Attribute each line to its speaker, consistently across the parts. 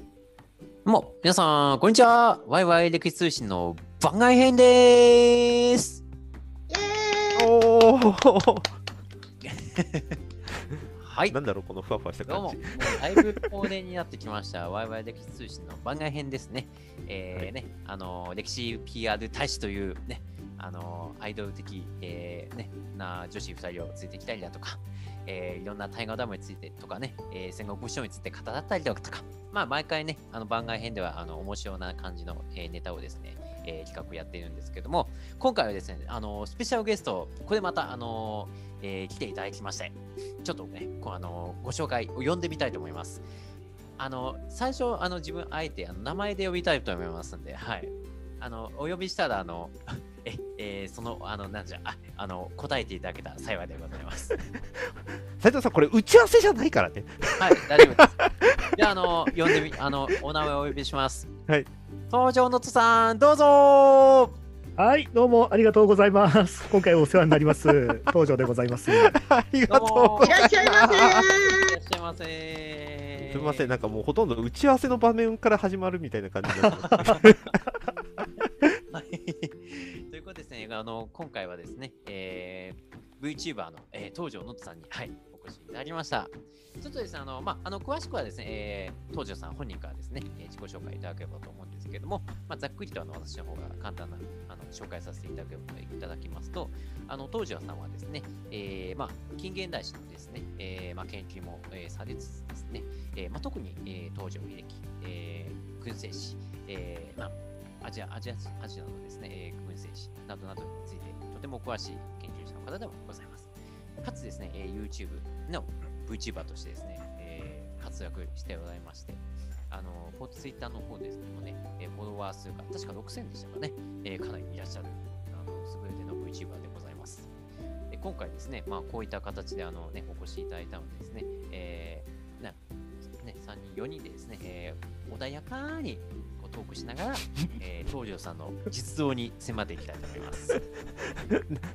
Speaker 1: どうも、皆さん、こんにちは。ワイワイ歴史通信の番外編でーす。
Speaker 2: おお、
Speaker 1: はい。ど
Speaker 2: なんだろうこのふわふわした
Speaker 1: うも、
Speaker 2: 感
Speaker 1: も
Speaker 2: じ。
Speaker 1: うだいぶ高年になってきました。ワイワイ歴史通信の番外編ですね。えー
Speaker 2: はい
Speaker 1: ね、あのー、歴史 PR 大使というね、あのー、アイドル的、えーね、な女子2人を連れてきたりだとか、えーいろんな大河ドラマについてとかね、えー戦国武将について語ったりだとか、まあ、毎回ね、あの番外編ではあの面白な感じの、えーネタをですね、えー企画やっているんですけども、今回はですね、あのースペシャルゲスト、これまた、あのーえー来ていただきまして、ちょっとね、こうあのーご紹介を呼んでみたいと思います。あの最初、あの自分、あえてあの名前で呼びたいと思いますんで、はい。あのお呼びしたら、あの、 え、えーその、あの、なんじゃ、ああの、答えていただけたら幸いでございます。
Speaker 2: 斉藤さんこれ打ち合わせじゃないからね。
Speaker 1: はい、大丈夫です。じゃあ、あの、呼んでみ、あの、お名前をお呼びします。
Speaker 2: はい。
Speaker 1: 登場のとさん、どうぞ
Speaker 3: はい、どうもありがとうございます。 今回お世話になります。東条でございます。
Speaker 2: ありがとうござい
Speaker 4: いらっしゃいま
Speaker 1: い
Speaker 4: せ。
Speaker 1: らっしゃいませ
Speaker 2: ます。すみません、なんかもうほとんど打ち合わせの場面から始まるみたいな感じになってます。
Speaker 1: はい ということでですね、あの今回はですね、えー、VTuber の、えー、東條のつさんに、はい、お越しいただきました。ちょっとですね、あの、まあ、あの詳しくはですね、えー、東條さん本人からですね、えー自己紹介いただければと思うんですけれども、まあ、ざっくりとあの私の方が簡単なあの紹介させていただければいただきますと、あの東條さんはですね、えーまあ、近現代史のですね、えーまあ、研究も、えーされつつですね、えーまあ、特に、えー、東條英機、えー、軍政史、えーまあアジア、アジア、アジアのですね、えー、軍政史などなどについて、とても詳しい研究者の方でもございます。かつですね、えー YouTube の VTuber としてですね、えー活躍してございまして、あの、こう Twitter の方ですけどもね、えーフォロワー数が確か6000でしたかね、えーかなりいらっしゃる、あの、優れての VTuber でございます。で今回ですね、まあ、こういった形であの、ね、お越しいただいたのでですね、えーなね、3人、4人でですね、えー穏やかにこうトークしながら、えー、東條さんの実像に迫っていきたいと思い ます。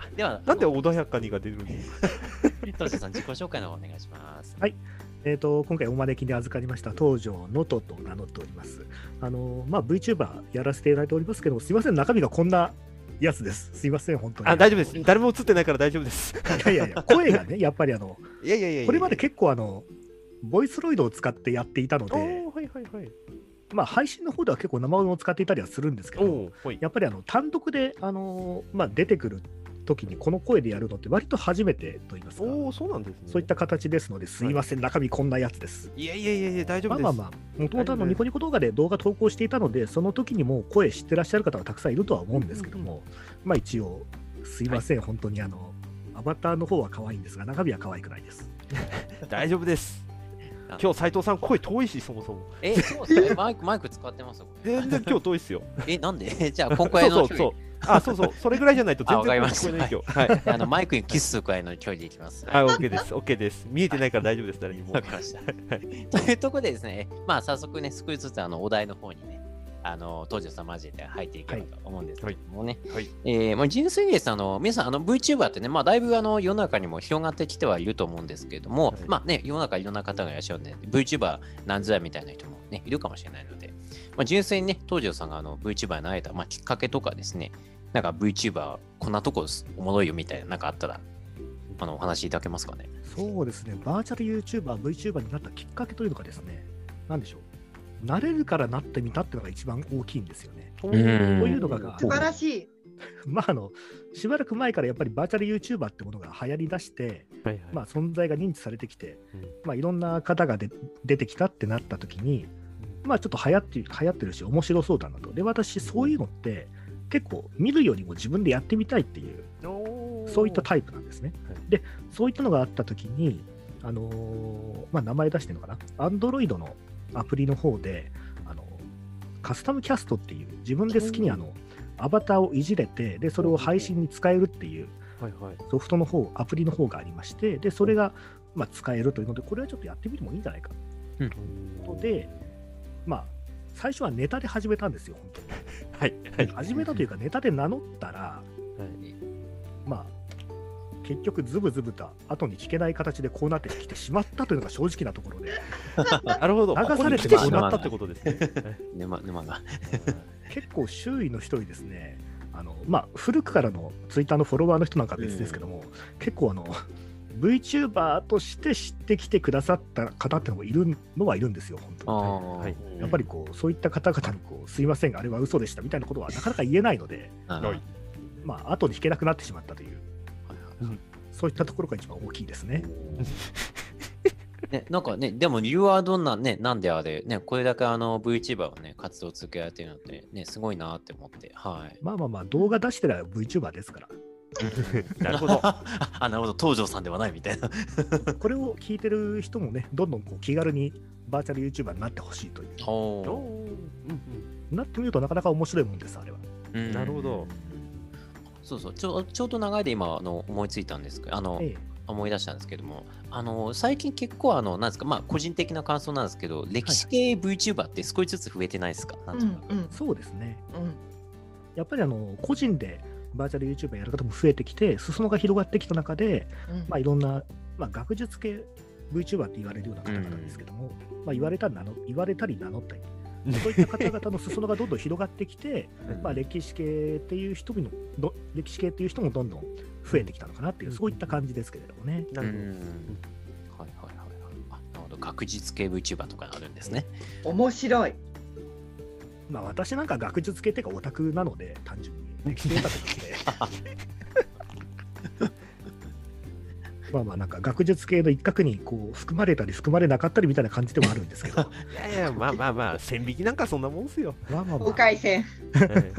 Speaker 1: あでは、
Speaker 2: なんで
Speaker 1: あの
Speaker 2: 穏やかにが出るんですか。
Speaker 1: 東條さん、自己紹介の方お願いします。
Speaker 3: えっ、と今回お招きで預かりました東条のとと名乗っております。あのまあ VTuber やらせていただいておりますけど、すいません中身がこんなやつです。すいません本当に。
Speaker 2: あ、大丈夫です。誰も映ってないから大丈夫です。
Speaker 3: いやいやいや声がねやっぱりあの
Speaker 2: いやいやいやいや。
Speaker 3: これまで結構あのボイスロイドを使ってやっていたの
Speaker 2: お
Speaker 3: で、
Speaker 2: おはいはいはい。
Speaker 3: まあ配信の方では結構生音を使っていたりはするんですけ
Speaker 2: お
Speaker 3: ど、
Speaker 2: おはい。
Speaker 3: やっぱりあの単独であのまあ出てくる時にこの声でやるのって割と初めてと言いますか。
Speaker 2: おおそうなんですね。
Speaker 3: そういった形ですので、すいません、中身こんなやつです。
Speaker 2: いやいやいやいや大丈夫
Speaker 3: まあ
Speaker 2: です。
Speaker 3: まあまあ、もともとあ
Speaker 2: 大丈夫
Speaker 3: の
Speaker 2: です
Speaker 3: ニコニコ動画で動画投稿していたので、その時にもう声知ってらっしゃる方がたくさんいるとは思うんですけども、まあ一応、すいません、本当にあの、アバターの方は可愛いんですが、中身は可愛くないです。
Speaker 2: 大丈夫です。今日斉藤さん声遠いしそもそも。
Speaker 1: え、そうですね。マイク、マイク使ってますこれ
Speaker 2: 全然今日遠いっすよ。
Speaker 1: え、なんで じゃあ、今
Speaker 2: そ
Speaker 1: 回
Speaker 2: うそ
Speaker 1: の
Speaker 2: う
Speaker 1: 距
Speaker 2: そ
Speaker 1: 離
Speaker 2: う。あ、そうそう。それぐらいじゃないと全
Speaker 1: あわかり
Speaker 2: 然
Speaker 1: ま
Speaker 2: 聞
Speaker 1: し
Speaker 2: こえ
Speaker 1: た
Speaker 2: ない今日。はい。
Speaker 1: あの、マイクにキスするくらいの距離でいきます。
Speaker 2: あ、オッケーです。オッケーです。見えてないから大丈夫です。誰にも
Speaker 1: わ。かりました。 というところでですね、まあ早速ね、少しずつあのお題の方にね、あの東條さん交えて入っていければと思うんですけれどもね、
Speaker 2: はい
Speaker 1: えーまあ、純粋にですねあの皆さんあの VTuber ってね、まあ、だいぶあの世の中にも広がってきてはいると思うんですけれども、
Speaker 2: はい
Speaker 1: まあね、世の中いろんな方がいらっしゃるんで、VTuber なんぞやみたいな人も、ね、いるかもしれないので、まあ、純粋にね、東條さんがあの VTuber になれた、まあ、きっかけとかですね、なんか VTuber こんなとこおもろいよみたいな、なんかあったら、あのお話しいただけますかね。
Speaker 3: そうですね、バーチャル YouTuber、VTuber になったきっかけというのがですね、なんでしょう、慣れるからなってみたっていうのが一番大きいんですよね。
Speaker 2: そう
Speaker 1: うん
Speaker 3: こういうのが
Speaker 4: 素晴らしい。
Speaker 3: まああの、しばらく前からやっぱりバーチャル YouTuber ってものが流行りだして、
Speaker 2: はいはい
Speaker 3: まあ、存在が認知されてきて、
Speaker 2: うん
Speaker 3: まあ、いろんな方がで出てきたってなった時に、まあ、ちょっと流行って流行ってるし面白そうだなとで私そういうのって結構見るよりも自分でやってみたいっていう
Speaker 2: おー
Speaker 3: そういったタイプなんですね、
Speaker 2: はい
Speaker 3: でそういったのがあった時に、あのーまあ、名前出してるのかなアンドロイドのアプリの方で、あのカスタムキャストっていう自分で好きにあのアバターをいじれてでそれを配信に使えるっていう
Speaker 2: はいはい
Speaker 3: ソフトの方、アプリの方がありまして、でそれが、まあ、使えるというので、これはちょっとやってみてもいいんじゃないかということで、まあ、最初はネタで始めたんですよ、本当に。
Speaker 2: はいはい
Speaker 3: 始めたというか、ネタで名乗ったら、
Speaker 2: は
Speaker 3: まあ、結局ズブズブと後に聞けない形でこうなってきてしまったというのが正直なところで
Speaker 2: なるほど。
Speaker 3: 流されて
Speaker 2: ここに来てしまったってことですね。
Speaker 1: 沼沼が。
Speaker 3: 結構周囲の人にですねあの、まあ、古くからのツイッターのフォロワーの人なんかは別ですけども、結構あの VTuber として知ってきてくださった方ってのもいるのはいるんですよ本当にね。
Speaker 1: ー
Speaker 2: はい
Speaker 3: やっぱりこうそういった方々にこうすいませんがあれは嘘でしたみたいなことはなかなか言えないので、
Speaker 1: あー
Speaker 2: は
Speaker 1: はいい
Speaker 3: まあ後に引けなくなってしまったという
Speaker 1: はいはい
Speaker 3: そういったところが一番大きいですね。
Speaker 1: ね、なんかね、でも理由はどんなね、なんであれ、ね、これだけあの VTuber をね、活動続けられてるのって、ね、すごいなって思って、はい。。
Speaker 3: まあまあまあ動画出してら VTuber ですから
Speaker 2: なるほど
Speaker 1: あ、なるほど、東條さんではないみたいな。
Speaker 3: これを聞いてる人もねどんどんこう気軽にバーチャル YouTuber になってほしいという
Speaker 1: お
Speaker 2: おー
Speaker 1: ー
Speaker 2: うん
Speaker 3: なってみるとなかなか面白いもんですあれは。
Speaker 1: うん
Speaker 2: なるほど。
Speaker 1: そうそうちょ、ちょうど長いで今あの思いついたんですけど、あの、
Speaker 3: ええ
Speaker 1: 思い出したんですけども、あの最近結構あのなんですか、まあ個人的な感想なんですけど、歴史系 VTuber って少しずつ増えてないですか。なん
Speaker 4: う
Speaker 1: となんく
Speaker 4: うん
Speaker 3: そうですね
Speaker 4: うん
Speaker 3: やっぱりあの個人でバーチャル YouTuber やる方も増えてきて裾野が広がってきた中で、
Speaker 4: うん
Speaker 3: まあ、いろんな、まあ、学術系 VTuber って言われるような方々ですけども、まあ、言われたり名の言われたり名乗ったり、
Speaker 2: うん
Speaker 3: そういった方々の裾野がどんどん広がってきて、
Speaker 1: うん
Speaker 3: まあ、歴史系っていう人もど歴史系っていう人もどんどん増えてきたのかなっていう、
Speaker 2: うん
Speaker 3: そういった感じですけれどもね。
Speaker 2: な
Speaker 1: う
Speaker 2: るほど。
Speaker 1: んはいはいはいはい。あなるほど、確実系 VTuber とかあるんですね。
Speaker 4: 面白い
Speaker 3: まあ、私なんか学術系っていうかオタクなので単純 に歴史系オタクなのでまあまあなんか学術系の一角にこう含まれたり含まれなかったりみたいな感じでもあるんです けど
Speaker 2: いやいや、まあまあまあ、線引きなんかそんなもんですよ。
Speaker 3: まあまあま
Speaker 4: お
Speaker 3: あ
Speaker 4: 回線
Speaker 2: はい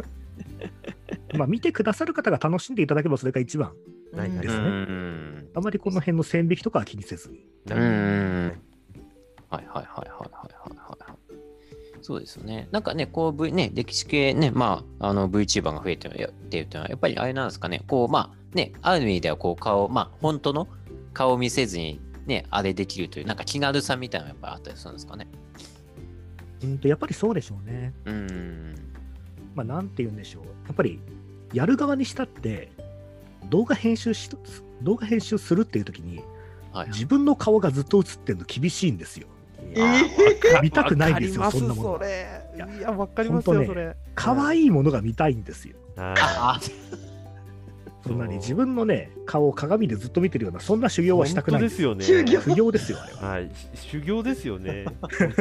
Speaker 3: まあ、見てくださる方が楽しんでいただければそれが一番
Speaker 2: ないない
Speaker 3: ですね
Speaker 1: ん
Speaker 3: あまりこの辺の線引きとかは気にせずに
Speaker 1: う
Speaker 2: なる
Speaker 1: ん。はいはいはいはいはいはいはいはい。そうですよね。なんかね、こう、v、ね、歴史系ね、まあ、あの VTuber が増えてるやってるっていうのは、やっぱりあれなんですかね、こう、まあ、ね、ある意味では、こう、顔、まあ、本当の顔を見せずに、ね、あれできるという、なんか気軽さみたいなのがやっぱりあったりするんですかね。
Speaker 3: うんとやっぱりそうでしょうね
Speaker 1: うーん。
Speaker 3: まあなんて言うんでしょうやっぱりやる側にしたって動画編集し動画編集するっていう時に
Speaker 1: はいはい。
Speaker 3: 自分の顔がずっと映ってるの厳しいんですよ
Speaker 2: ほど。
Speaker 4: え
Speaker 2: いや
Speaker 3: 見たくないんですよ
Speaker 2: わかり
Speaker 3: そん
Speaker 2: ま
Speaker 3: なもの
Speaker 2: それ。いや、わかります
Speaker 3: ほんと
Speaker 2: よ、
Speaker 3: ね
Speaker 2: それ。
Speaker 3: 可愛いものが見たいんですよ
Speaker 2: は
Speaker 1: あ
Speaker 2: い。
Speaker 3: そんなに自分のね顔を鏡でずっと見てるようなそんな修行はしたくない
Speaker 2: 本当ですよね。
Speaker 4: 修行
Speaker 3: 不行ですよあれは
Speaker 2: はい、し修行ですよ ね、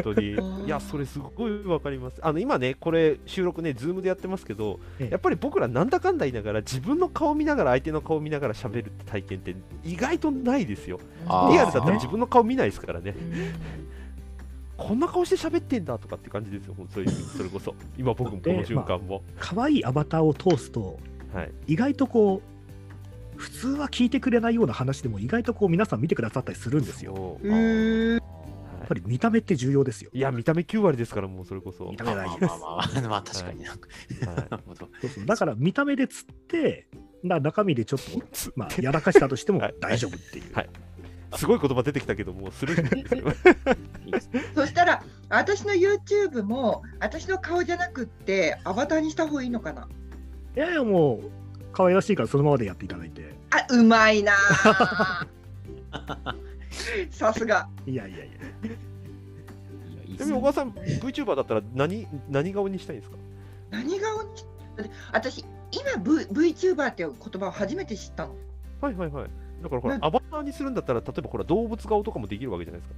Speaker 2: 本当に。いや、それすごいわかります。あの今ね、これ、収録ね、ズームでやってますけど、
Speaker 3: ええ
Speaker 2: やっぱり僕ら、なんだかんだ言いながら、自分の顔見ながら、相手の顔見ながら喋るって体験って、意外とないですよ。
Speaker 1: あー
Speaker 2: リアルだったら自分の顔見ないですからね、こんな顔して喋ってんだとかって感じですよ、本当に、それこそ。今、僕もこの
Speaker 3: で
Speaker 2: 瞬間も。
Speaker 3: 可愛いアバターを通すと
Speaker 2: はい、
Speaker 3: 意外とこう普通は聞いてくれないような話でも意外とこう皆さん見てくださったりするんですよ。
Speaker 2: よ。
Speaker 4: うー
Speaker 2: は
Speaker 4: ん
Speaker 2: い
Speaker 3: やっぱり見た目って重要ですよ。
Speaker 2: いや、見た目9割ですから、もうそれこそ。
Speaker 3: 見た
Speaker 1: ま
Speaker 3: 目
Speaker 1: あまあ
Speaker 3: 大事で
Speaker 1: ますあ。まあ、まあ、確かになんか。
Speaker 2: はい
Speaker 1: なるほど。
Speaker 3: そうそうだから見た目で釣って、な中身でちょっと、まあ、やらかしたとしても
Speaker 2: はい
Speaker 3: 大丈夫っていう。
Speaker 2: はいすごい言葉出てきたけど、もうす るんですよ。
Speaker 1: いいですね。
Speaker 4: そしたら私の YouTube も私の顔じゃなくってアバターにした方がいいのかない
Speaker 3: やいや、もう、可愛らしいからそのままでやっていただいて。
Speaker 4: あうまいなあさすが
Speaker 3: いやいやいや、
Speaker 1: いやいいで
Speaker 2: ちな
Speaker 1: す
Speaker 2: みに、小
Speaker 1: ね
Speaker 2: 川さん、VTuber だったら何、何顔にしたいんですか
Speaker 4: 何顔にし私今、v、VTuber っていう言葉を初めて知ったの
Speaker 2: はいはいはい。だからほら、
Speaker 4: なん
Speaker 2: アバターにするんだったら、例えばほら、動物顔とかもできるわけじゃないです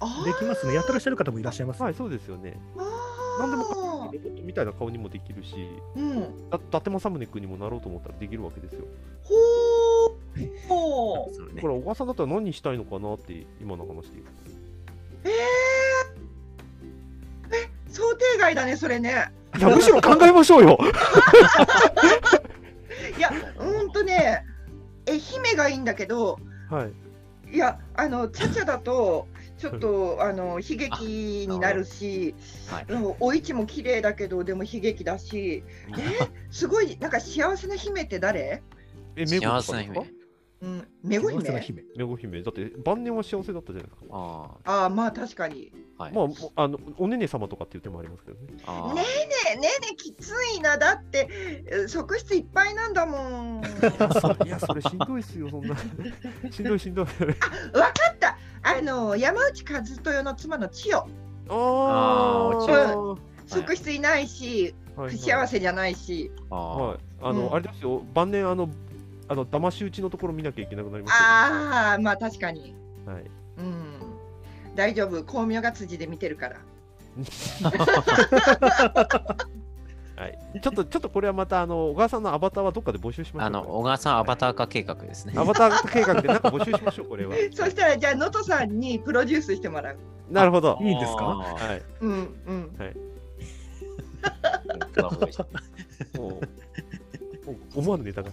Speaker 4: あ
Speaker 3: できますね。やってらっしゃる方もいらっしゃいます
Speaker 2: か。
Speaker 3: よ。
Speaker 2: はい、そうですよね。
Speaker 4: あ
Speaker 2: なんでも
Speaker 4: も
Speaker 2: ロボットみたいな顔にもできるし、
Speaker 4: うん
Speaker 2: だ伊達政宗君にもなろうと思ったらできるわけですよ。
Speaker 4: ほーほー
Speaker 1: それね
Speaker 2: だから小川さんだったら何したいのかなって、今の話で言う
Speaker 4: えー、え想定外だねそれね
Speaker 2: と。いや、むしろ考えましょうよ
Speaker 4: いやうんとね愛媛がいいんだけど
Speaker 2: はい。
Speaker 4: いやあのチャチャだとちょっとあの悲劇になるし
Speaker 1: はい
Speaker 4: うんお市も綺麗だけどでも悲劇だしえすごいなんか幸せな姫って誰
Speaker 2: え、
Speaker 1: 幸
Speaker 2: と
Speaker 1: せ
Speaker 2: か
Speaker 1: な
Speaker 2: ですか
Speaker 1: 姫。
Speaker 4: うん、めご
Speaker 3: 幸せな
Speaker 4: 姫。
Speaker 3: 姫。
Speaker 2: めご姫だって晩年は幸せだったじゃないですか
Speaker 1: あ
Speaker 4: ああ、まあ確かに。ね
Speaker 1: あ、はい。
Speaker 2: まあもあのおねね様とかっていう手もありますけどね
Speaker 1: あー
Speaker 4: ねえねえねえきついな。だって、え側室いっぱいなん だもん。分か
Speaker 2: いやそれしんどいっすよそんな しんど いしんどい
Speaker 4: った。あの、山内和豊の妻の千代。
Speaker 2: あー
Speaker 1: あー落ち
Speaker 4: る
Speaker 1: はい
Speaker 4: 側室いないし、
Speaker 2: はい
Speaker 4: 不幸せじゃないし。
Speaker 1: あー
Speaker 2: はいあの、
Speaker 4: うん
Speaker 2: あれですよ晩年あのあの騙し討ちのところ見なきゃいけなくなります
Speaker 4: ああ、まあ確かに。
Speaker 2: よはい
Speaker 4: うん。大丈夫。光明が辻で見てるから。
Speaker 2: ちょっと、ちょっとこれはまた、あの、小川さんのアバターはどっかで募集しましょう。
Speaker 1: あの、小川さんアバター化計画ですね。
Speaker 2: アバター計画でなんか募集しましょう、これは。
Speaker 4: そしたら、じゃあ、能登さんにプロデュースしてもらう。
Speaker 2: なるほど。
Speaker 3: いいんですか
Speaker 1: あー
Speaker 2: はい。
Speaker 4: うんうん。
Speaker 1: ふわふわした
Speaker 2: もう、もう思わぬネタが。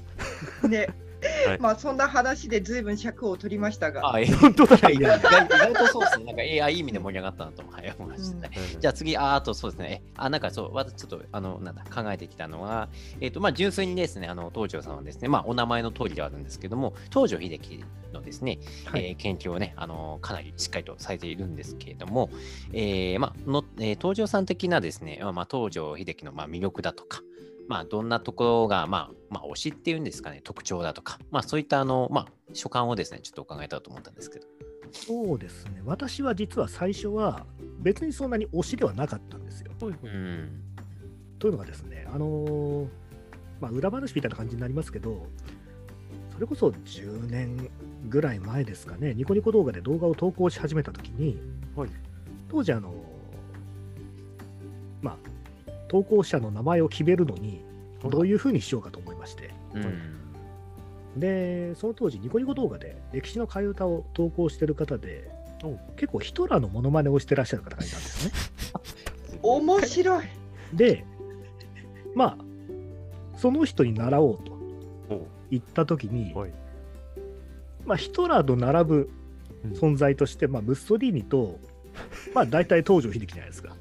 Speaker 4: ね、
Speaker 2: はい
Speaker 4: まあそんな話でずいぶん尺を取りました が、
Speaker 1: あ、え
Speaker 2: 本当だ。
Speaker 1: 意外意外とそうですね。なんか、えあいい意味で盛り上がったなとはい思いましたね。じ
Speaker 2: ゃ
Speaker 1: ゃあ次、ああとそうですね。えあなんかそう、私ちょっとあのなんだ考えてきたのは、えっ、と、まあ、純粋にですね、あの東條さんはですね、まあ、お名前の通りではあるんですけども、東條英機のですね、
Speaker 3: はい
Speaker 1: えー研究をね、あのかなりしっかりとされているんですけれども、えーまあのえー東條さん的なですね、まあ、東條英機のまあ魅力だとか、まあ、どんなところが、まあ、まあ、推しっていうんですかね、特徴だとか、まあ、そういったあの、まあ、所感をですね、ちょっと伺えたらと思ったんですけど。
Speaker 3: そうですね。私は実は最初は、別にそんなに推しではなかったんですよ。
Speaker 1: うん。
Speaker 3: というのがですね、あのーまあ、裏話みたいな感じになりますけど、それこそ10年ぐらい前ですかね、ニコニコ動画で動画を投稿し始めたときに、
Speaker 2: はい
Speaker 3: 当時、あのーまあ、投稿者の名前を決めるのに、どう
Speaker 2: い
Speaker 3: いうふうにしようかと思いまして、
Speaker 1: うん
Speaker 3: で、その当時、ニコニコ動画で歴史の替え歌を投稿してる方で
Speaker 2: お、
Speaker 3: 結構ヒトラーのモノマネをしてらっしゃる方がいたんですね。
Speaker 4: 面白い。
Speaker 3: で、まあ、その人に習おうと
Speaker 2: お
Speaker 3: 言った時に、
Speaker 2: はい
Speaker 3: まあ、ヒトラーと並ぶ存在として、まあ、ムッソリーニと、まあ、大体東条英機じゃないですか。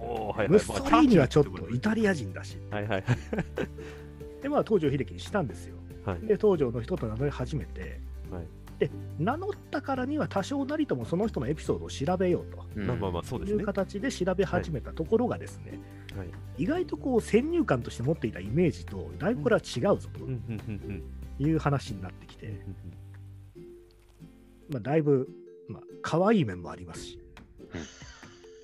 Speaker 2: おーはいはい
Speaker 3: ムッソリーニはちょっとイ
Speaker 2: は
Speaker 3: タリア人だし、
Speaker 2: いはい。
Speaker 3: で、まあ、東条英機にしたんですよ。
Speaker 2: はい
Speaker 3: で、東条の人と名乗り始めて、
Speaker 2: はい
Speaker 3: で、名乗ったからには多少なりともその人のエピソードを調べようと。
Speaker 2: まあまあまあ、そうで
Speaker 3: い
Speaker 2: す
Speaker 3: う
Speaker 2: ね。
Speaker 3: 形で調べ始めたところがですね、
Speaker 2: はい
Speaker 3: 意外とこう先入観として持っていたイメージと、だいぶこれは違うぞ
Speaker 2: うんうんうんうん
Speaker 3: という話になってきて、
Speaker 2: うん
Speaker 3: まあ、だいぶ、まあ可愛い面もありますし、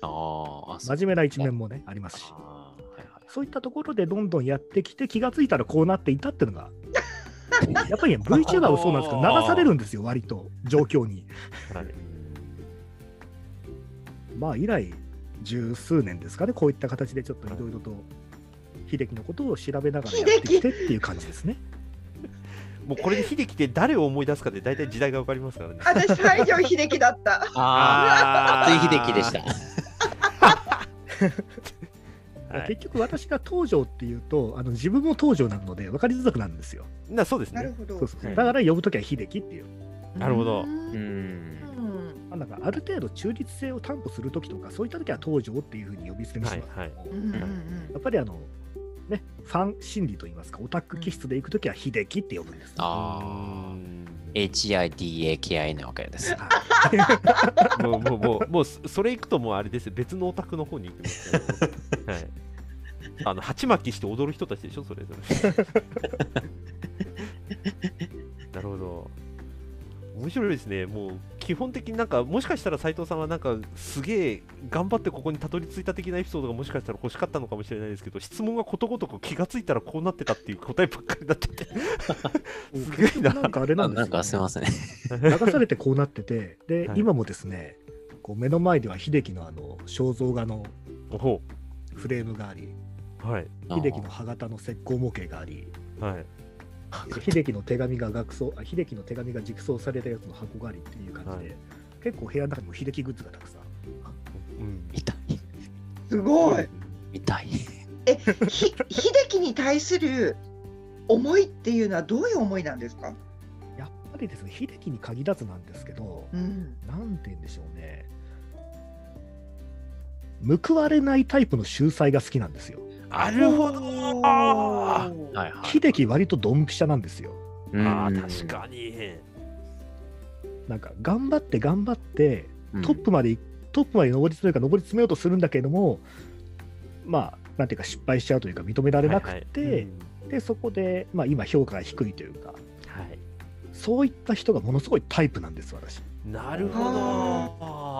Speaker 1: あーあ、そう
Speaker 3: 真面目な一面もね、ありますし、
Speaker 1: あーはいはい
Speaker 3: そういったところでどんどんやってきて、気がついたらこうなっていたっていう のが、やっぱりね、VTuber もそうなんですけど、流されるんですよ、割と、状況に。
Speaker 2: うんはい
Speaker 3: まあ、以来、十数年ですかね、こういった形でちょっといろいろと、秀樹のことを調べながらやってきてっていう感じですね。
Speaker 2: もうこれで秀樹って誰を思い出すかで大体時代がわかりますからね。
Speaker 4: 私西城秀樹だ った。
Speaker 1: ああ、
Speaker 2: あ
Speaker 1: 松井秀喜でし。
Speaker 2: は
Speaker 3: 結
Speaker 2: い、
Speaker 3: 局、私が東條っていうと、あの自分も東條なので、分かりづらくなるんですよ。
Speaker 2: なそうです
Speaker 4: なる
Speaker 2: ね。
Speaker 4: ほど
Speaker 3: そう。そう
Speaker 1: はい
Speaker 3: だから、呼ぶときは秀樹っていう。
Speaker 2: なるほど
Speaker 4: う。
Speaker 1: た。うんん。
Speaker 3: まあ、なんかある程度中立性を担保するときとか、そういったときは東条っていうふうに呼び捨てにし
Speaker 2: は
Speaker 3: て
Speaker 2: い
Speaker 3: ます、
Speaker 2: はい。
Speaker 4: うんうんうん
Speaker 3: やっぱりあの、ね、ファン心理といいますか、オタク気質で行くときは秀樹って呼ぶんです、
Speaker 1: ああ
Speaker 2: う。ん
Speaker 1: HIDAKI なわけです。
Speaker 3: はい
Speaker 2: もうもうもうもうそそれ行くともうあれです別のお宅の方に行きますけどはいあの鉢巻きして踊る人たちでしょそれそれ なるほど面白いですねもう基本的になんかもしかしたら斉藤さんはなんかすげえ頑張ってここにたどり着いた的なエピソードがもしかしたら欲しかったのかもしれないですけど質問がことごとく気がついたらこうなってたっていう答えばっかりになっててすげえな
Speaker 3: なんかあれな
Speaker 1: あ
Speaker 3: んです
Speaker 1: な
Speaker 3: よ、
Speaker 1: んかすみません。
Speaker 3: 流されてこうなってて、で、
Speaker 2: はい
Speaker 3: 今もですね、こう目の前では秀樹のあの肖像画の
Speaker 2: おほ
Speaker 3: フレームがあり、
Speaker 2: うはい
Speaker 3: 秀樹の歯型の石膏模型があり、
Speaker 2: はい
Speaker 3: 秀樹の手紙が学装あ秀樹の手紙が熟装されたやつの箱がありっていう感じで、
Speaker 2: は
Speaker 3: 結構部屋の中にも秀樹グッズがたくさん。
Speaker 2: うん
Speaker 1: 痛い。
Speaker 4: すごい。
Speaker 1: 痛い。
Speaker 4: ひ秀樹に対する思いっていうのはどういう思いなんですか。
Speaker 3: やっぱりですね、秀樹に限らずなんですけど、
Speaker 4: うん。
Speaker 3: なんて言うんでしょうね。報われないタイプの秀才が好きなんですよ。
Speaker 2: なるほど
Speaker 4: おー
Speaker 1: はいはい。
Speaker 3: 秀樹割とドンピシャなんですよ。
Speaker 2: うああ、確かに。
Speaker 3: なんか頑張って頑張って
Speaker 1: うん
Speaker 3: トップまでい、トップまで上り詰めるか上り詰めようとするんだけれどもまあなんていうか失敗しちゃうというか認められなくて、
Speaker 2: はいはいうん
Speaker 3: でそこで、まあ、今評価が低いというか
Speaker 2: はい
Speaker 3: そういった人がものすごいタイプなんです私
Speaker 2: なるほど。
Speaker 1: はいはいはい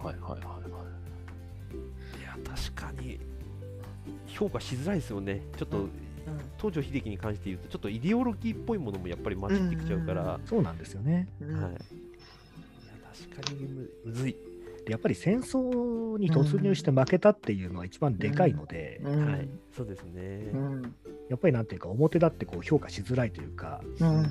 Speaker 1: はいはい
Speaker 2: や、確かに。評価しづらいですよね。ちょっと、東條英機に関して言うと、ちょっとイデオロギーっぽいものもやっぱり混じってきちゃうから。
Speaker 4: うん
Speaker 2: は
Speaker 3: そうなんですよね
Speaker 4: う
Speaker 2: い。い
Speaker 4: ん
Speaker 2: や、確かにむむずい。
Speaker 3: でやっぱり戦争に突入して負けたっていうのは一番でかいので、
Speaker 4: うん
Speaker 2: はい。そうですね
Speaker 4: う。ん
Speaker 3: やっぱりなんていうか表だってこう評価しづらいというか
Speaker 4: うん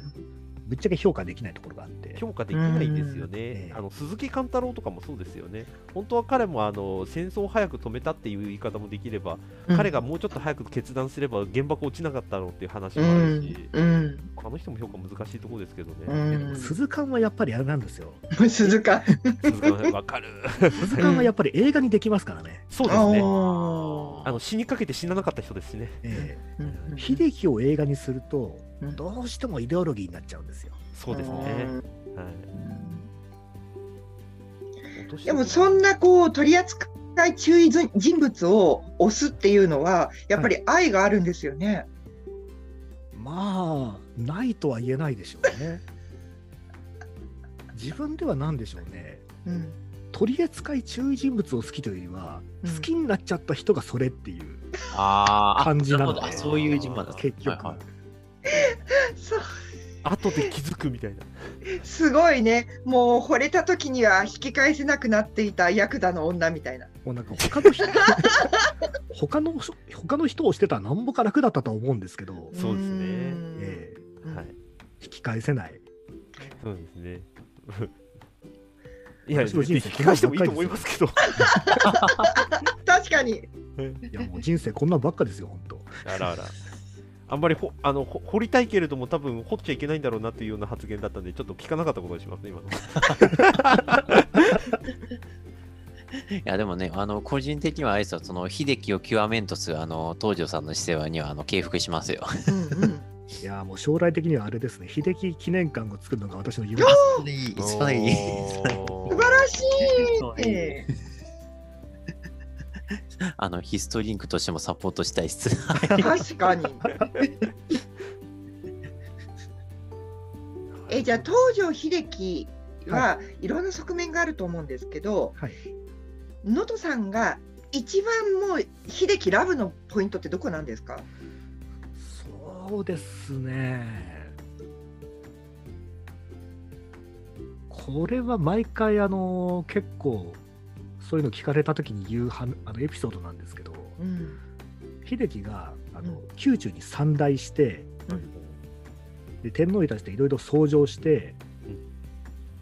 Speaker 3: ぶっちゃけ評価できないところがあって
Speaker 2: 評価できないですよね
Speaker 3: う、ん
Speaker 2: あの鈴木貫太郎とかもそうですよね、本当は彼もあの戦争を早く止めたっていう言い方もできれば、彼がもうちょっと早く決断すれば原爆落ちなかったろうっていう話
Speaker 4: う
Speaker 2: もあるし、
Speaker 4: んうん
Speaker 2: あの人も評価難しいところですけどね、
Speaker 4: うん
Speaker 3: 鈴鹿はやっぱりあれなん ですよ
Speaker 4: 鈴鹿
Speaker 2: 鈴鹿さんわかる、
Speaker 3: 鈴鹿はやっぱり映画にできますからね、
Speaker 2: そうですね、あの死にかけて死ななかった人ですしね、
Speaker 3: ええ
Speaker 4: うん
Speaker 3: 秀樹を映画にすると
Speaker 4: うん
Speaker 3: どうしてもイデオロギーになっちゃうんですよ
Speaker 2: そうですね、は
Speaker 4: うん
Speaker 2: い、
Speaker 4: でもそんなこう取り扱い注意人物を押すっていうのはやっぱり愛があるんですよね。
Speaker 3: まあないとは言えないでしょう ね自分では何でしょうね
Speaker 4: うん
Speaker 3: 取り扱い注意人物を好きというよりは、
Speaker 4: うん
Speaker 3: 好きになっちゃった人がそれっていう
Speaker 1: あーあ
Speaker 3: 感じなの
Speaker 1: る
Speaker 3: で
Speaker 1: ほどあそういう順番だ
Speaker 3: 結局、
Speaker 1: はいはい
Speaker 4: そう
Speaker 2: 後で気づくみたいな、
Speaker 4: すごいねもう惚れた時には引き返せなくなっていたヤクダの女みたいな。
Speaker 3: もうなんか他の人 他の他の人をしてたらなんぼか楽だったとは思うんですけど、
Speaker 2: そうですね
Speaker 4: ん
Speaker 3: ええ
Speaker 4: うん
Speaker 2: はい、
Speaker 3: 引き返せない
Speaker 2: そうですね。いや、
Speaker 3: 私の人生
Speaker 2: 引き返してもいいと思いますけど。
Speaker 4: 確かに。
Speaker 3: いやもう人生こんなんばっかですよ本当
Speaker 2: あらあら。あんまりほあのほ掘りたいけれども、多分掘っちゃいけないんだろうなというような発言だったんで、ちょっと聞かなかったことにしますね、今の。
Speaker 1: いやでもね、あの個人的にはあれですよ、その秀樹を極めんとするあの東條さんの姿勢にはあの敬服しますよ。
Speaker 4: うんうん
Speaker 3: いやもう将来的にはあれですね秀樹記念館を作るのが私の夢 です
Speaker 1: 一番いい。
Speaker 4: 素晴らしい
Speaker 1: い あのヒストリンクとしてもサポートしたいっす。
Speaker 4: 確かに。えじゃあ東條英機はいろんな側面があると思うんですけど
Speaker 3: はい
Speaker 4: 能登、さんが一番もう秀樹ラブのポイントってどこなんですか
Speaker 3: そうですねこれは毎回あの結構そういうの聞かれた時に言うはあのエピソードなんですけど
Speaker 4: うん
Speaker 3: 秀樹があの、
Speaker 4: うん
Speaker 3: 宮中に参代して
Speaker 4: うん
Speaker 3: で天皇に対していろいろ相乗して、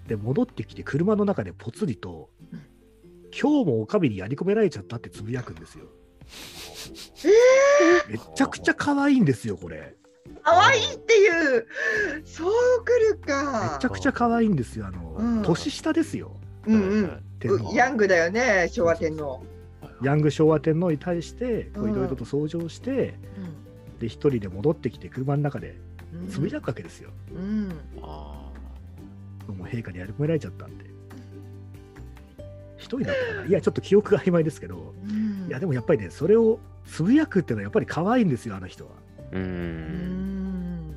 Speaker 2: う
Speaker 3: で戻ってきて車の中でぽつりと
Speaker 4: うん
Speaker 3: 「今日もおかびにやり込められちゃった」ってつぶやくんですよ。めちゃくちゃ可愛いんですよこれ。
Speaker 4: 可愛いっていうそうくる
Speaker 3: め
Speaker 4: か
Speaker 3: ちゃくちゃ可愛いんですよあの、
Speaker 4: うん
Speaker 3: 年下ですよ
Speaker 4: うん
Speaker 2: はいは
Speaker 4: う
Speaker 2: い
Speaker 3: 天
Speaker 4: ん
Speaker 3: 皇
Speaker 4: うヤングだよね昭和天皇
Speaker 3: ヤング昭和天皇に対してこ
Speaker 4: う
Speaker 3: うんいろいろと相乗して、で一人で戻ってきて車の中で
Speaker 4: うん
Speaker 3: つぶやくわけですよ。
Speaker 4: うん
Speaker 1: あ
Speaker 3: もう陛下にやり込められちゃったんで。一人だったかないやちょっと記憶が曖昧ですけど。
Speaker 4: うん
Speaker 3: いやでもやっぱりねそれをつぶやくっていうのはやっぱり可愛いんですよあの人は。
Speaker 1: ーうー。
Speaker 4: うんん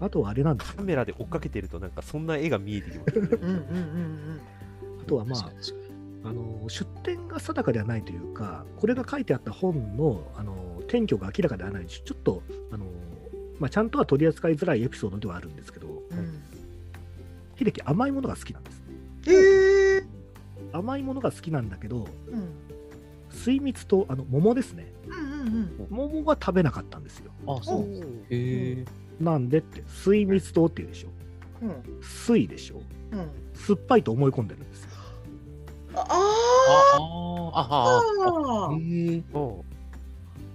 Speaker 3: あとはあれなんです
Speaker 2: カ
Speaker 3: よ。
Speaker 2: メラで追っかけてると、なんかそんな絵が見えてきます、
Speaker 4: うんうんうん
Speaker 3: あとはまあ
Speaker 1: 確かに
Speaker 3: あの出典が定かではないというかこれが書いてあった本のあの転居が明らかではないしちょっとあの、まあ、ちゃんとは取り扱いづらいエピソードではあるんですけど
Speaker 4: うんうん
Speaker 3: 秀樹甘いものが好きなんです。
Speaker 4: えー
Speaker 3: 甘いものが好きなんだけど
Speaker 4: うん
Speaker 3: 水蜜とあの桃ですね
Speaker 4: うんうん
Speaker 3: 桃は食べなかったんですよ。
Speaker 1: 確かにあ、そう。へえ。
Speaker 3: なんでって水蜜糖っていうでしょ
Speaker 4: うんうん
Speaker 3: 水でしょ
Speaker 4: うん
Speaker 3: 酸っぱいと思い込んでるんですよ。
Speaker 4: あ
Speaker 1: あ
Speaker 4: あ
Speaker 1: あ、ああ。
Speaker 4: ー
Speaker 1: へえ。
Speaker 2: おう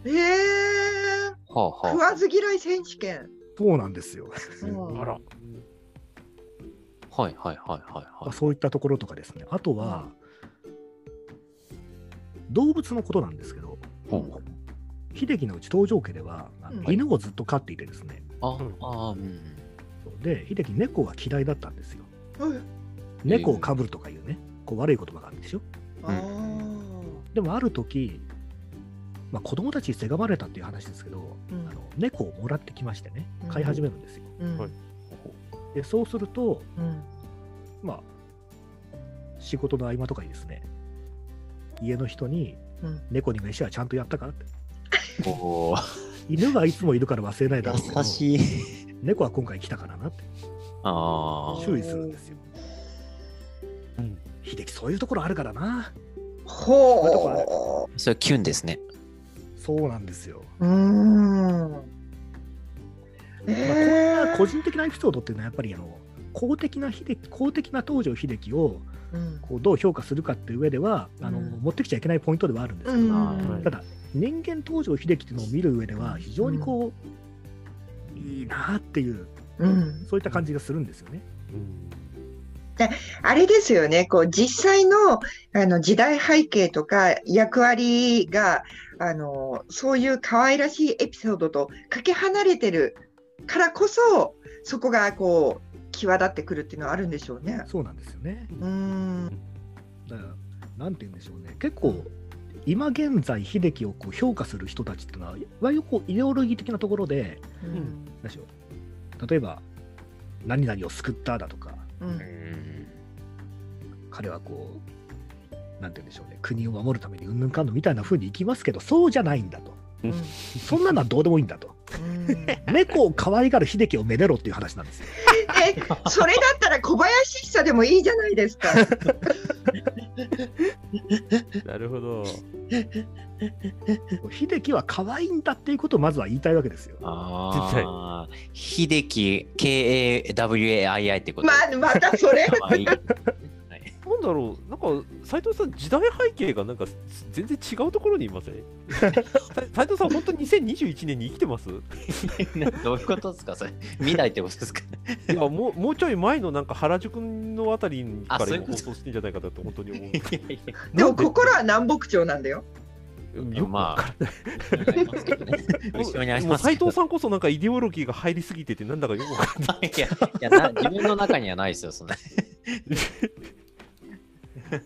Speaker 4: ええ
Speaker 1: はあ
Speaker 4: 食
Speaker 1: は
Speaker 4: わず嫌い選手権
Speaker 3: そうなんですよ。
Speaker 4: うん
Speaker 2: あら。
Speaker 1: あ。はいはいはいはい
Speaker 3: まあ
Speaker 1: はい。
Speaker 3: そういったところとかですね。あとは、動物のことなんですけど、
Speaker 1: ほう
Speaker 3: 秀樹のうち東条家では、あの
Speaker 4: うん
Speaker 3: 犬をずっと飼っていてですね、
Speaker 1: あ
Speaker 2: うん
Speaker 1: あ、うん。
Speaker 3: で、秀樹、猫が嫌いだったんですよ。
Speaker 4: うん
Speaker 3: 猫をかぶるとかいうね、こう悪い言葉があるんですよ。
Speaker 4: あ
Speaker 3: でもある時、まあ、子供たちにせがまれたっていう話ですけど、
Speaker 4: ーうん
Speaker 3: あの猫をもらってきましてね、飼い始めるんですよ。
Speaker 4: うん
Speaker 2: はい
Speaker 3: で、そうすると、
Speaker 4: うん
Speaker 3: まあ、仕事の合間とかにですね、家の人に
Speaker 4: うん
Speaker 3: 猫に飯はちゃんとやったかって、
Speaker 1: こ
Speaker 3: 犬はいつもいるから忘れないうだ ろうけど
Speaker 1: 優、しい。
Speaker 3: 猫は今回来たからなって
Speaker 1: ああ。
Speaker 3: 注意するんですよ。秀樹、そういうところあるからな。
Speaker 4: ほ
Speaker 1: それキュンですね。
Speaker 3: そうなんですよ。
Speaker 4: う。うーん。
Speaker 3: まあ、こん
Speaker 4: え
Speaker 3: な個人的なエピソードっていうのはやっぱりあの公的な秀樹公的な東条秀樹を
Speaker 4: うん
Speaker 3: こうどう評価するかっていう上では、あの
Speaker 4: うん
Speaker 3: 持ってきちゃいけないポイントではあるんですけど、
Speaker 4: うん
Speaker 3: ただ人間東条秀樹っていうのを見る上では非常にこう、いいなっていう
Speaker 4: うん
Speaker 3: そういった感じがするんですよね。
Speaker 2: うん
Speaker 4: あれですよね、こう実際のあの時代背景とか役割があのそういう可愛らしいエピソードとかけ離れてるからこそそこがこう際立ってくるっていうのはあるんでしょうね。
Speaker 3: そうなんですよね。
Speaker 4: うーん
Speaker 3: だからなんて言うんでしょうね結構今現在秀樹をこう評価する人たちっていうのは割とこうイデオロギー的なところで
Speaker 4: うん
Speaker 3: なんでしょう例えば「何々を救った」だとか
Speaker 4: うん
Speaker 3: 彼はこう、なんて言うんでしょうね、国を守るためにうんぬんかんぬんみたいな風にいきますけど、そうじゃないんだと。
Speaker 4: うん
Speaker 3: そんなのはどうでもいいんだと。猫を可愛がる秀樹をめでろっていう話なんですよ。
Speaker 4: えそれだったら小林久でもいいじゃないですか。
Speaker 2: なるほど。
Speaker 3: 秀樹は可愛いんだっていうことをまずは言いたいわけですよ。
Speaker 1: ああ。秀樹 KAWAII ってこと
Speaker 4: まあまたそ れ。
Speaker 1: 可愛い
Speaker 2: なんだろう、なんか斉藤さん、時代背景がなんか全然違うところにいません斉藤さん、本当に2021年に生きてます
Speaker 1: どういうことですかそれ。見ないってことですか
Speaker 2: いやもうもうちょい前のなんか原宿のあたりか
Speaker 1: あそ
Speaker 2: ら
Speaker 1: ういう
Speaker 2: 今
Speaker 1: こ
Speaker 2: 放
Speaker 1: と
Speaker 2: 送してんじゃないかなと本当に思う。
Speaker 4: で
Speaker 2: なん
Speaker 4: も心は南北朝なんだよ。
Speaker 2: よくわからない
Speaker 1: 後ろにあり
Speaker 2: もう
Speaker 1: ます
Speaker 2: 斉
Speaker 1: けど
Speaker 2: 藤さんこそなんかイデオロギーが入りすぎててなんだかよくわかんない
Speaker 1: いやいやな自分の中にはないですよ、そんな。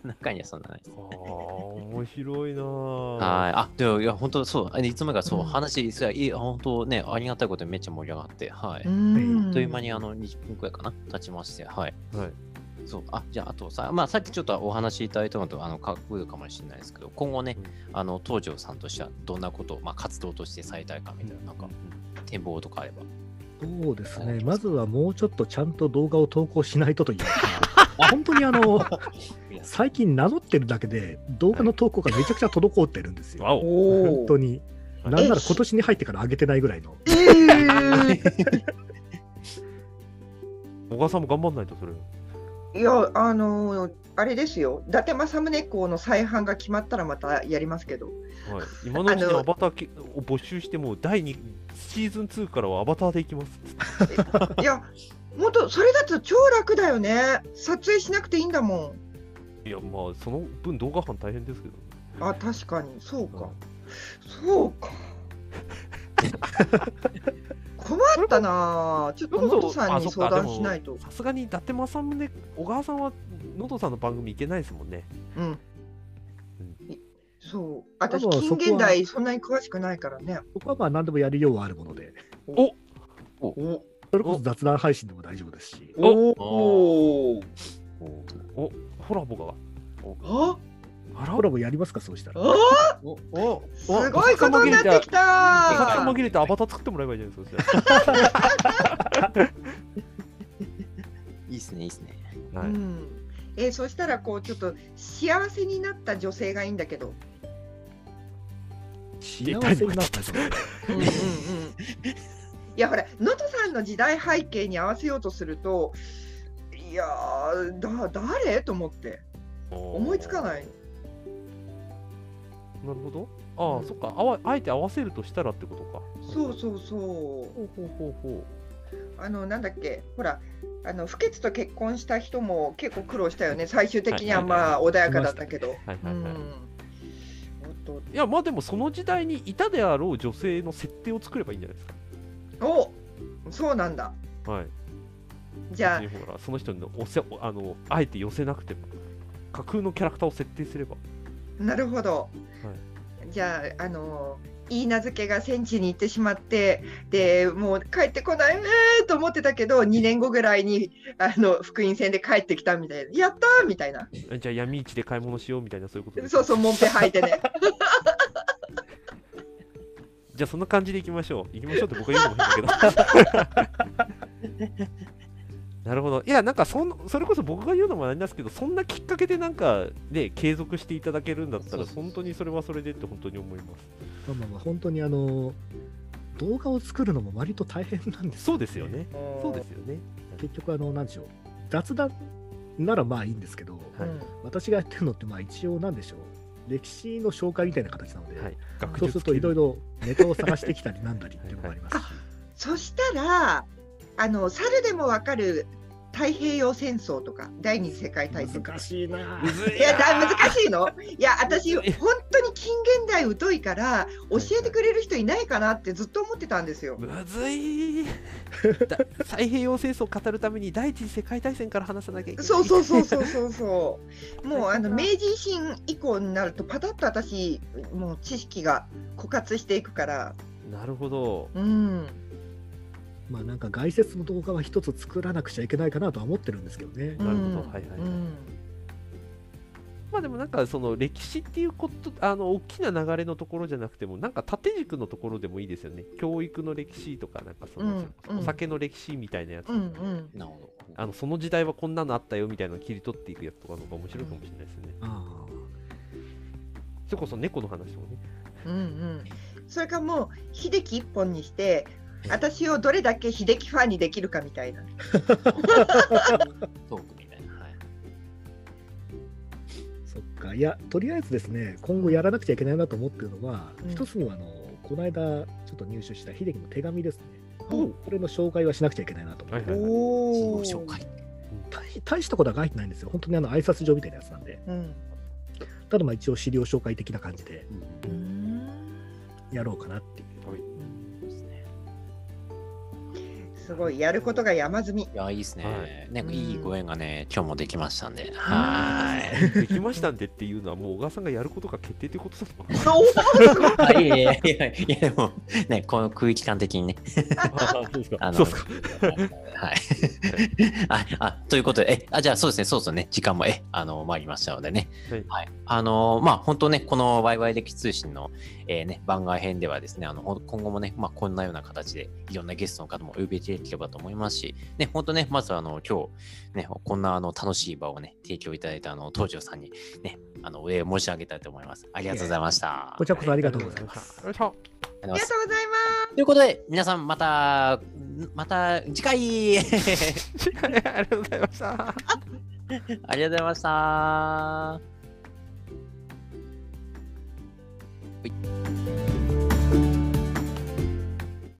Speaker 1: 中にはそんなないです。
Speaker 2: あー面白いな
Speaker 1: はい。
Speaker 2: はい
Speaker 1: あ、でも、いや、本当そう。あいつもかそう、
Speaker 4: うん
Speaker 1: 話、すごいいい、本当ね、ありがたいことにめっちゃ盛り上がって、はい。あっという間に、あの、20分くらいかな、経ちまして、はい。
Speaker 2: い
Speaker 1: そう、あ、じゃあ、あとさ、まあ、さっきちょっとお話しいただいたのと、あの、かっこいいかもしれないですけど、今後ね、あの、東條さんとしては、どんなことを、まあ、活動としてされたいかみたいな、なんか、展望とかあれば。
Speaker 3: そうですね、まずはもうちょっとちゃんと動画を投稿しないとというか、本当にあの、最近名乗ってるだけで、動画の投稿がめちゃくちゃ滞ってるんですよ。
Speaker 2: わお
Speaker 4: お
Speaker 3: 本当
Speaker 4: お。
Speaker 3: に。
Speaker 2: は
Speaker 3: ないんなら今年に入ってから上げてないぐらいの。
Speaker 4: えー
Speaker 2: 小川さんも頑張んないとそれ
Speaker 4: いや、あのーあれですよ、伊達政宗公の再販が決まったらまたやりますけど、
Speaker 2: はい、今のうち
Speaker 4: あ
Speaker 2: に
Speaker 4: の
Speaker 2: アバターけを募集してもう第2シーズン2からはアバターでいきます
Speaker 4: いや、もっとそれだと超楽だよね、撮影しなくていいんだも
Speaker 2: いやまあその分動画班大変ですけど
Speaker 4: ん。あ、確かに、そうか、そうか。困ったなあちょっと
Speaker 2: それ
Speaker 4: 元
Speaker 2: こそ
Speaker 4: さんに
Speaker 2: あそっ
Speaker 4: 相
Speaker 2: か
Speaker 4: 談しないと。
Speaker 2: さすがに伊達政宗小川さんはのどさんの番組いけないですもんね
Speaker 4: うん
Speaker 2: う
Speaker 4: いそう私
Speaker 3: 多分そこ
Speaker 4: 近
Speaker 3: は
Speaker 4: 現代そんなに詳しくないからね。
Speaker 3: 僕はまあ何でもやるようはあるもので、
Speaker 4: お
Speaker 3: それこそ雑談配信でも大丈夫ですし、
Speaker 4: おお
Speaker 2: おコラボが
Speaker 4: あ
Speaker 2: あら
Speaker 3: コラボやりますか、そうしたら。
Speaker 4: あ
Speaker 1: おお
Speaker 4: すごいことになってき
Speaker 2: お
Speaker 1: あ
Speaker 2: 客さん
Speaker 4: た
Speaker 2: 紛れてアバター作ってもらえばいいじゃないですかそし
Speaker 1: いいっすね、いいっすね。
Speaker 2: たらは
Speaker 4: う
Speaker 2: い
Speaker 4: んえーそしたらこうちょっと幸せになった女性がいいんだけど、
Speaker 3: 幸せになった人。
Speaker 4: うんうん うん、いやほら能登さんの時代背景に合わせようとするといやーだ誰と思って思いつかない
Speaker 2: なるほどああ、そっかあわあえて合わせるとしたらってことか
Speaker 4: そうそうそ
Speaker 2: ほうほうほうほ
Speaker 4: うあのなんだっけほらあの不潔と結婚した人も結構苦労したよね最終的にはまあ穏やかだったけど。
Speaker 2: うはいうはいはい、
Speaker 4: ん。おっとど。
Speaker 2: いやまあでもその時代にいたであろう女性の設定を作ればいいんじゃないです
Speaker 4: おそうなんだ。
Speaker 2: かはい
Speaker 4: じゃあ、
Speaker 2: 別にほらその人のおせあのあえて寄せなくても架空のキャラクターを設定すれば
Speaker 4: なるほど。じゃあ、あのーいい名付けが戦地に行ってしまって、でもう帰ってこない、えーと思ってたけど、2年後ぐらいにあの福音戦で帰ってきたみたいな、やったーみたいな、
Speaker 2: えじゃあ闇市で買い物しようみたいなそういうことです
Speaker 4: そうそう、もんぺ履いてね。
Speaker 2: じゃあそんな感じでいきましょう。いきましょうって僕は言うのも変だけ ど。なるほど。いや、なんかそん、それこそ僕が言うのもなんですけど、そんなきっかけでなんか、ね、継続していただけるんだった
Speaker 1: そう
Speaker 2: ら、
Speaker 1: そうそう
Speaker 2: 本当にそれはそれでって本当に思います。
Speaker 3: まあまあまあ、本当にあの、動画を作るのも割と大変なんです
Speaker 2: そうですよね。
Speaker 4: そ
Speaker 2: そうですよね。
Speaker 3: 結局、あの、なんでしょう、雑談ならまあいいんですけど、
Speaker 2: はい
Speaker 3: 私がやってるのって、まあ一応なんでしょう、歴史の紹介みたいな形なので、
Speaker 2: はい。
Speaker 3: そうするといろい
Speaker 2: ろ。
Speaker 3: ろネタを探してきたりなんだりっていうのもありますし。
Speaker 4: そしたら、あの猿でもわかる太平洋戦争とか、第二次世界大戦とか。
Speaker 3: しいな
Speaker 2: むずい
Speaker 4: いやだ難
Speaker 2: い
Speaker 4: しいのいや私本当に近現代疎いから教えてくれる人いないかなってずっと思ってたんですよ。
Speaker 2: むずい だ太平洋戦争を語るために第一次世界大戦から話さなきゃいけない。
Speaker 4: そうそうそうそうそうそう。もうあの明治維新以降になるとパタッと私もう知識が枯渇していくから。
Speaker 2: なるほど。
Speaker 4: うん。
Speaker 3: まあなんか外説の動画は一つ作らなくちゃいけないかなとは思ってるんですけどね。
Speaker 2: なるほど
Speaker 4: うん
Speaker 2: はいはいはい
Speaker 4: うん
Speaker 2: まあでもなんかその歴史っていうことあの大きな流れのところじゃなくてもなんか縦軸のところでもいいですよね教育の歴史とかなんかその、
Speaker 4: うんうん
Speaker 2: お酒の歴史みたいなやつ、
Speaker 4: うんうん。
Speaker 1: なるほど。
Speaker 2: あのその時代はこんなのあったよみたいなの切り取っていくやつとかの方が面白いかもしれないですね、
Speaker 3: あ
Speaker 2: それこそ猫の話とかね
Speaker 4: うんうん。それかもう秀樹一本にして。私をどれだけ秀樹ファンにできるかみたいな。
Speaker 1: トークみたいな。はい。
Speaker 3: あ、そっか。いや、とりあえずですね、今後やらなくちゃいけないなと思ってるのは、
Speaker 4: うん
Speaker 3: 一つにはあの、この間ちょっと入手した秀樹の手紙ですね。
Speaker 4: お
Speaker 3: これの紹介はしなくちゃいけないなと思って。
Speaker 2: はいはい
Speaker 4: お
Speaker 1: 人の紹介。
Speaker 3: 大大したことは書いてないんですよ。本当にあの挨拶状みたいなやつなんで。
Speaker 4: うん。
Speaker 3: ただまあ一応資料紹介的な感じで
Speaker 4: うん
Speaker 3: やろうかなっていう。
Speaker 1: そうですね
Speaker 4: すごいやることが山積み。
Speaker 1: いや、いいですね。
Speaker 2: は
Speaker 1: なんかいいご縁がね、今日もできましたんで。は
Speaker 4: は
Speaker 2: できましたんでっていうのはもう小川さんがやることが決定ということだと思います
Speaker 4: そうすごい。
Speaker 1: ーい。いやい やいやいや、でも、ね、この空気感的にね。
Speaker 3: そうです
Speaker 1: あの
Speaker 2: そうっすか
Speaker 1: はい。 ああということで、えあじゃあそうですね、そうそうね、時間もえあの参りましたのでね、
Speaker 2: はい
Speaker 1: あのまあ本当ね、このワイワイ歴通信の、えーね、番外編ではですね、あのほん今後もね、まあ、こんなような形でいろんなゲストの方もお呼びできればと思いますし、ね、本当ね、まずはあの今日、ね、こんなあの楽しい場をね、提供いただいたあの東條さんにね、あのお礼を申し上げたいと思います。ありがとうございました。
Speaker 3: こちらこそありがとうござい
Speaker 2: よ
Speaker 3: ます。
Speaker 2: いしょ
Speaker 1: あり
Speaker 4: あ
Speaker 1: がとうございま
Speaker 4: りが
Speaker 1: す
Speaker 4: とうございます。
Speaker 1: ということで、皆さんまた、また次回
Speaker 2: ありがとうございました
Speaker 1: ありがとうございました。